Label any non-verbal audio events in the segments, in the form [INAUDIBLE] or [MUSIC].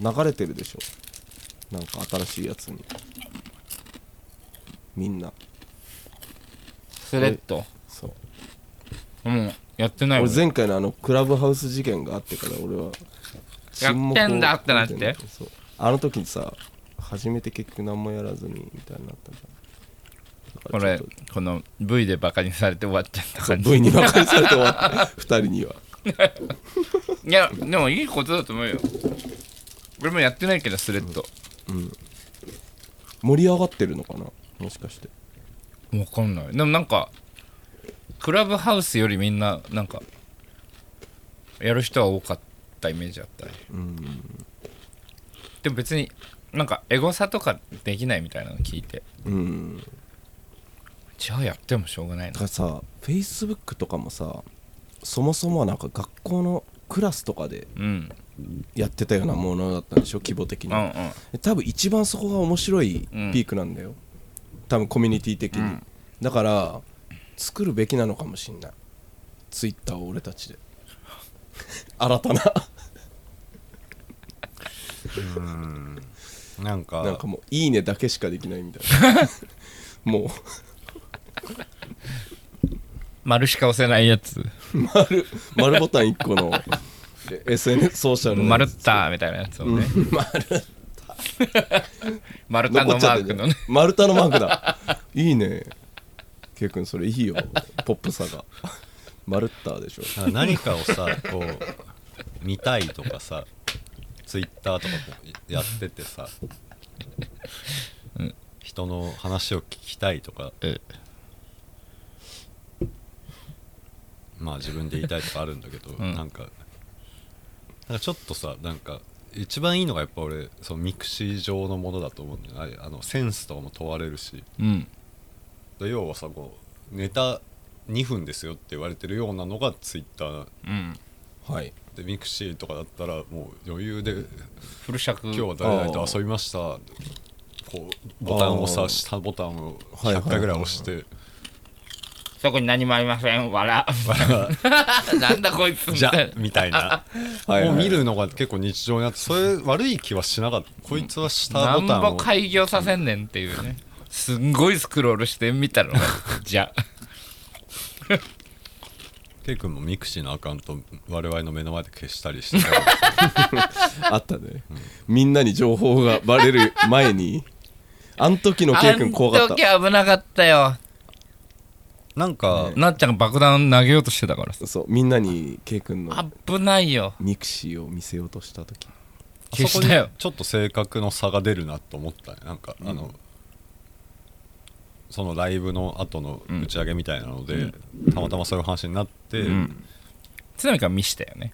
流れてるでしょなんか新しいやつにみんなスレッドそうもうやってないも俺ん前回のあのクラブハウス事件があってから俺はをやってんだってなってみたいそうあの時にさ初めて結局何もやらずにみたいになったじゃんだから俺ちょっこの V でバカにされて終わっちゃった感とじ V に分かりされても [LAUGHS] 二人にはいやでもいいことだと思うよ俺もやってないけどスレッド、盛り上がってるのかなもしかしてわかんないでもなんかクラブハウスよりみんななんかやる人は多かったイメージあったねうんでも別になんかエゴサとかできないみたいなの聞いてうんじゃあやってもしょうがなだいなからさ Facebook とかもさそもそもはなんか学校のクラスとかでうんうんやってたようなものだったんでしょ規模的うんに多分一番そこが面白いピークなんだよ、多分コミュニティ的に、うんだから作るべきなのかもしんないツイッターを俺たちで新たななんかなんかもう「いいね」だけしかできないみたいな [LAUGHS] も丸しか押せないやつう丸丸ボタン1個の SNS ソーシャルの丸ったーみたいなやつをね、丸太残のっマちゃっーてクるのね丸太のマークだいいねケイ君それいいよポップさが丸太でしょなんか何かをさこう見たいとかさツイッターとかこうやっててさ、人の話を聞きたいとかえまあ自分で言いたいとかあるんだけど、んなんかなんかちょっとさなんか一番いいのがやっぱ俺そのミクシー上のものだと思うんだよねあれあのセンスとかも問われるしうんで要はさこうネタ2分ですよって言われてるようなのがツイッターうんはいでミクシーとかだったらもう余裕でフル尺今日は誰々と遊びましたこうボタンをあさー下ボタンをはいはい100回ぐらい押してそこに何もありません笑 [LAUGHS] なんだこいつ「じゃ」みたいなはいはいを見るのが結構日常になってそれ悪い気はしなかったこいつは下なボんタンぼを開業させんねんっていうねすんごいスクロールしてみたのがじゃケイ君もミクシーのアカウント我々の目の前で消したりしてあったね、みんなに情報がバレる前にあん時のあケイ君怖かったん時危なかったよなんかなっちゃんが爆弾投げようとしてたからさそうみんなにケイ君の危ないよミクシーを見せようとした時あ消そしこにたよちょっと性格の差が出るなと思ったねなんか、あのそのライブの後の打ち上げみたいなので、たまたまそういう話になって、ん津波から見したよね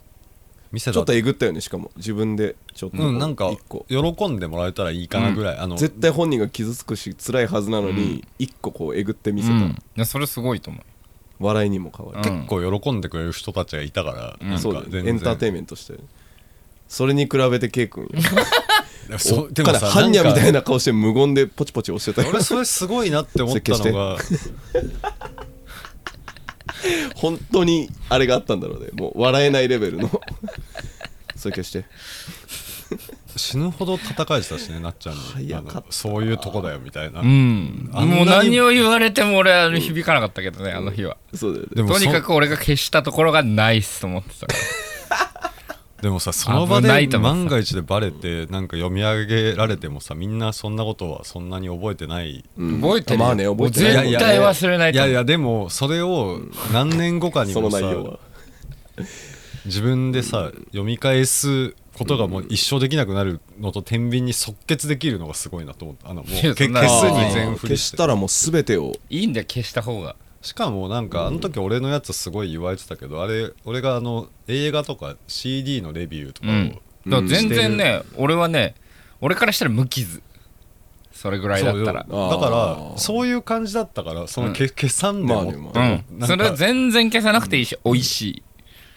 見せちょたっとえぐったよねしかも自分でちょっとうんなんか一個喜んでもらえたらいいかなぐらい、あの絶対本人が傷つくし辛いはずなのに一個こうえぐって見せうた、んいやそれすごいと思う笑いにも変わる、うん結構喜んでくれる人たちがいたから、なんかそうだよね全エ然ンターテインメントしてそれに比べてケイ君よでも [LAUGHS] そうでかもらさ般若みたい [LAUGHS] なんかな顔して無言でポチポチ押してたよ俺それすごいなって思ったのが本当にあれがあったんだろうねもう笑えないレベル [LAUGHS] のそれ消して死ぬほど戦えてたしねなっちゃんも早かったあのそういうとこだよみたいな、うんあんなにもう何を言われても俺は響かなかったけどねあの日はそうだよねでもとそにかく俺が消したところがナイスと思ってたからでもさその場危なでいと思う万が一でバレてなんか読み上げられてもさみんなそんなことはそんなに覚えてないうん覚えてるよまあね覚えて絶るもう対忘れないいとや思ういやでもそれを何年後かにそのもさ内容は自分でさ読み返すことがもう一生できなくなるのと天秤に即決できるのがすごいなと思ったあのもういやけ消すそんなに全振消りししてたらもう全てをいいんだよ消した方がしかもなんかあの時俺のやつすごい言われてたけどあれ俺があの映画とか CD のレビューとかうを、んだから全然ね俺はね俺からしたら無傷それぐらいだったらそううよだあからそういう感じだったからそのけ、消さんでまあねもっても、まあんなんかそれは全然消さなくていいし美味しい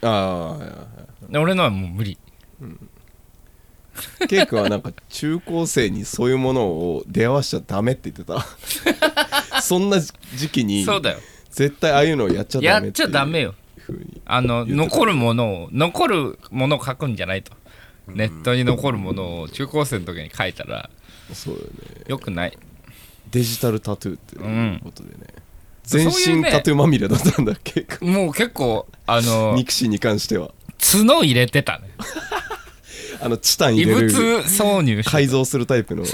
あで俺のはもう無理あケイ君はなんか中高生にそういうものを出会わしちゃダメって言って [LAUGHS] たそんな時期にそうだよ絶対ああいうのをやっちゃダメやていうっちゃダメよふうにあの言ってた残るものを残るものを書くんじゃないとネットに残るものを中高生の時に書いたらそうよねよくないデジタルタトゥーっていうことでね、そう全い身うねタトゥーまみれだったんだっけもう結構あの肉親に関しては角入れてたねあのチタン異入れる物挿入して改造するタイプの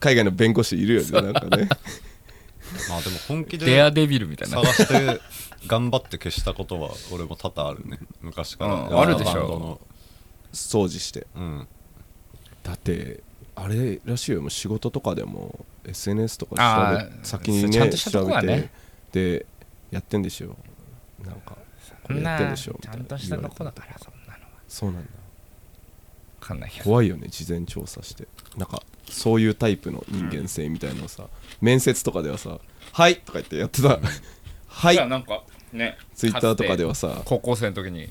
海外の弁護士いるよねなんかねまあでも本気デアでデビルみたいな探して頑張って消したことは俺も多々あるね昔から、うんあるでしょバンドの掃除してうんだってあれらしいよもう仕事とかでも SNS とあか調べー先にちゃんねとしたと調こべはて、ねでやってんでしょなんかこそれんやってんなでちしょみたゃいなんとしたとこ言わだれてからそんなのはそうなんだ分かんないけど怖いよね事前調査してなんかそういうタイプの人間性みたいなのをさ、面接とかではさ「はい」とか言ってやってた「はじゃあいなんかね」ツイッターとかではつてさ高校生の時に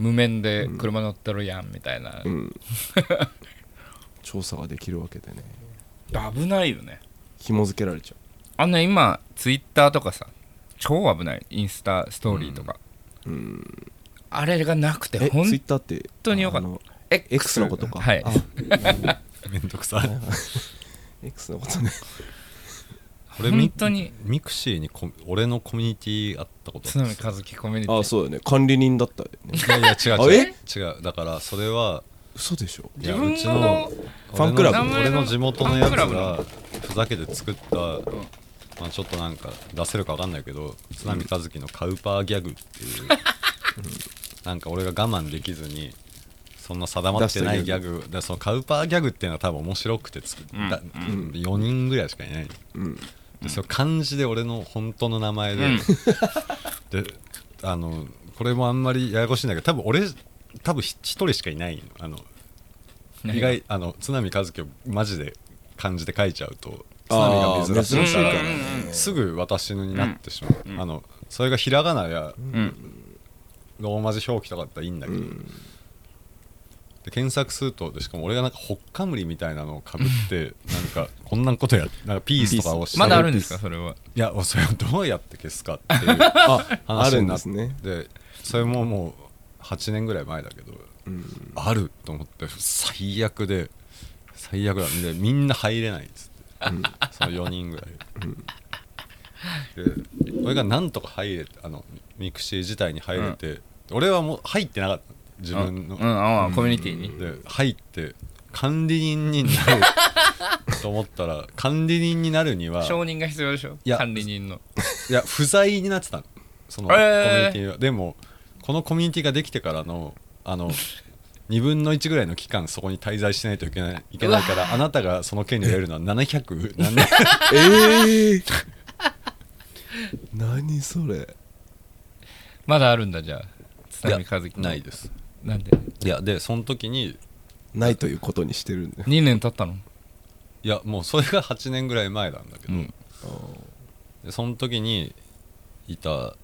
無免で車乗ってるやんみたいな、うん、調査ができるわけでね危ないよね紐付けられちゃあの今ツイッターとかさ超危ないインスタストーリーとか、ううんあれがなくてえツイ本ッターって当によかったあの X, X のことかはいあめんどく [LAUGHS] さい [LAUGHS] X のことね俺本ミ当にミクシーにコミ俺のコミュニティあったこと津波和樹コミュニティあそうだね管理人だったよねいやいや違うあ違う違うだからそれは嘘でしょいや自分うちののファンクラブ俺の俺の地元のやつファンクラがふざけて作った、まあ、ちょっとなんか出せるか分かんないけど津波和樹のカウパーギャグっていう、なんか俺が我慢できずにそんな定まってないギャグでそのカウパーギャグっていうのは多分面白くて作った、4人ぐらいしかいない、でそれ漢字で俺の本当の名前で、 [LAUGHS] であのこれもあんまりややこしいんだけど多分俺多分一人しかいないのあの何意が外あの津波和樹をマジで漢字で書いちゃうと津あ波ーが珍しいから珍しいからねすぐ私のになってしまう、あのそれがひらがなやうんローマ字表記とかだったらいいんだけど、で検索するとでしかも俺がなんかほっかむりみたいなのをかぶってなんかこんなことやなんかピースとかをしてまだあるんですかそれはいやそれをどうやって消すかっていうああ話るにんなでっすて、ねそれももう8年ぐらい前だけど、あると思って最悪で最悪だでみんな入れないっつって、その4人ぐらい、で俺がなんとか入れてあのミクシー自体に入れて、俺はもう入ってなかった自分の、うんうんあコミュニティにで入って管理人になると思ったら管理人になるに [LAUGHS] は承認が必要でしょいや管理人のいや不在になってたのそのえコーミュニティは、でもこのコミュニティができてからのあの2分の1ぐらいの期間そこに滞在しないといけないいけないからあなたがその権利を得るのは700何 [LAUGHS] 年ええ何それまだあるんだじゃあ津波和い樹やないですなんでいやでその時にないということにしてるんだよ2年経ったのいやもうそれが8年ぐらい前なんだけど、うんでその時にいた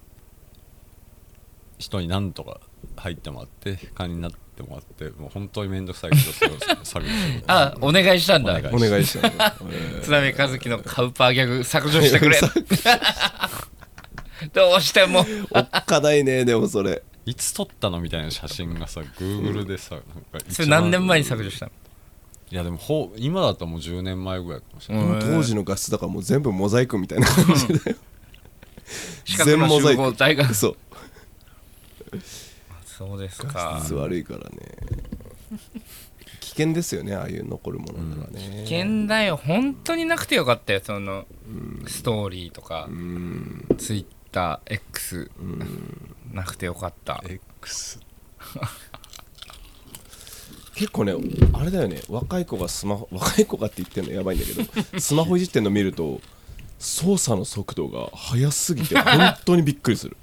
人になんとか入ってもらって管理になってもらってもう本当に面倒くさいけどそれ [LAUGHS] を削除するあお願いしたんだお願お願いしたの津波和樹のカウパーギャグ削除してく [LAUGHS] れどうしてもおっかないねでもそれいつ撮ったのみたいな写真がさ Google でさなんか一番それ何年前に削除したのいやでもほう今だともう10年前ぐらいかもしれうんない、当時の画質だからもう全部モザイクみたいな感じで資格の集合体がそうそうですか質悪いからね危険ですよねああいう残るものならね危険だよ本当になくてよかったよそのストーリーとかうんツイッター X なくてよかった X 結構ねあれだよね若い子がスマホ若い子がって言ってんのやばいんだ [LAUGHS] けどスマホいじってんの見ると操作の速度が速すぎて本当にびっくりする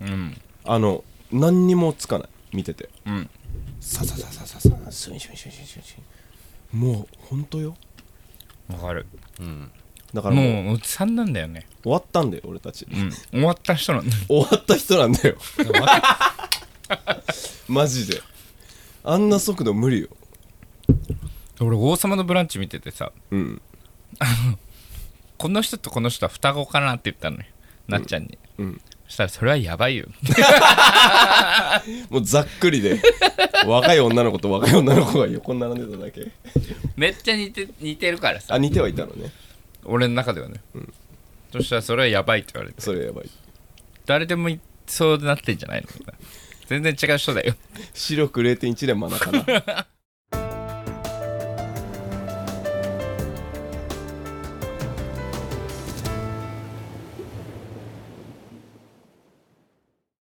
うんあの何にもつかない見ててうんささささささスンシュンシュンシュンシュンシュンもう本当よわかるうんだからもうもうおじさんなんだよね終わったんだよ俺たち、うん終わった人なんだ終わった人なんだ [LAUGHS] よでもなんかマジであんな速度無理よ [LAUGHS] 俺「王様のブランチ」見ててさうんこの人とこの人は双子かなって言ったのよなっちゃんに、うんしたらそれはやばいよ [LAUGHS] もうざっくりで若い女の子と若い女の子が横に並んでただけめっちゃ似て似てるからさあ似てはいたのね俺の中ではね、そしたらそれはやばいって言われてそれやばい誰でもいそうなってんじゃないの全然違う人だよ視力0.1で真ん中だ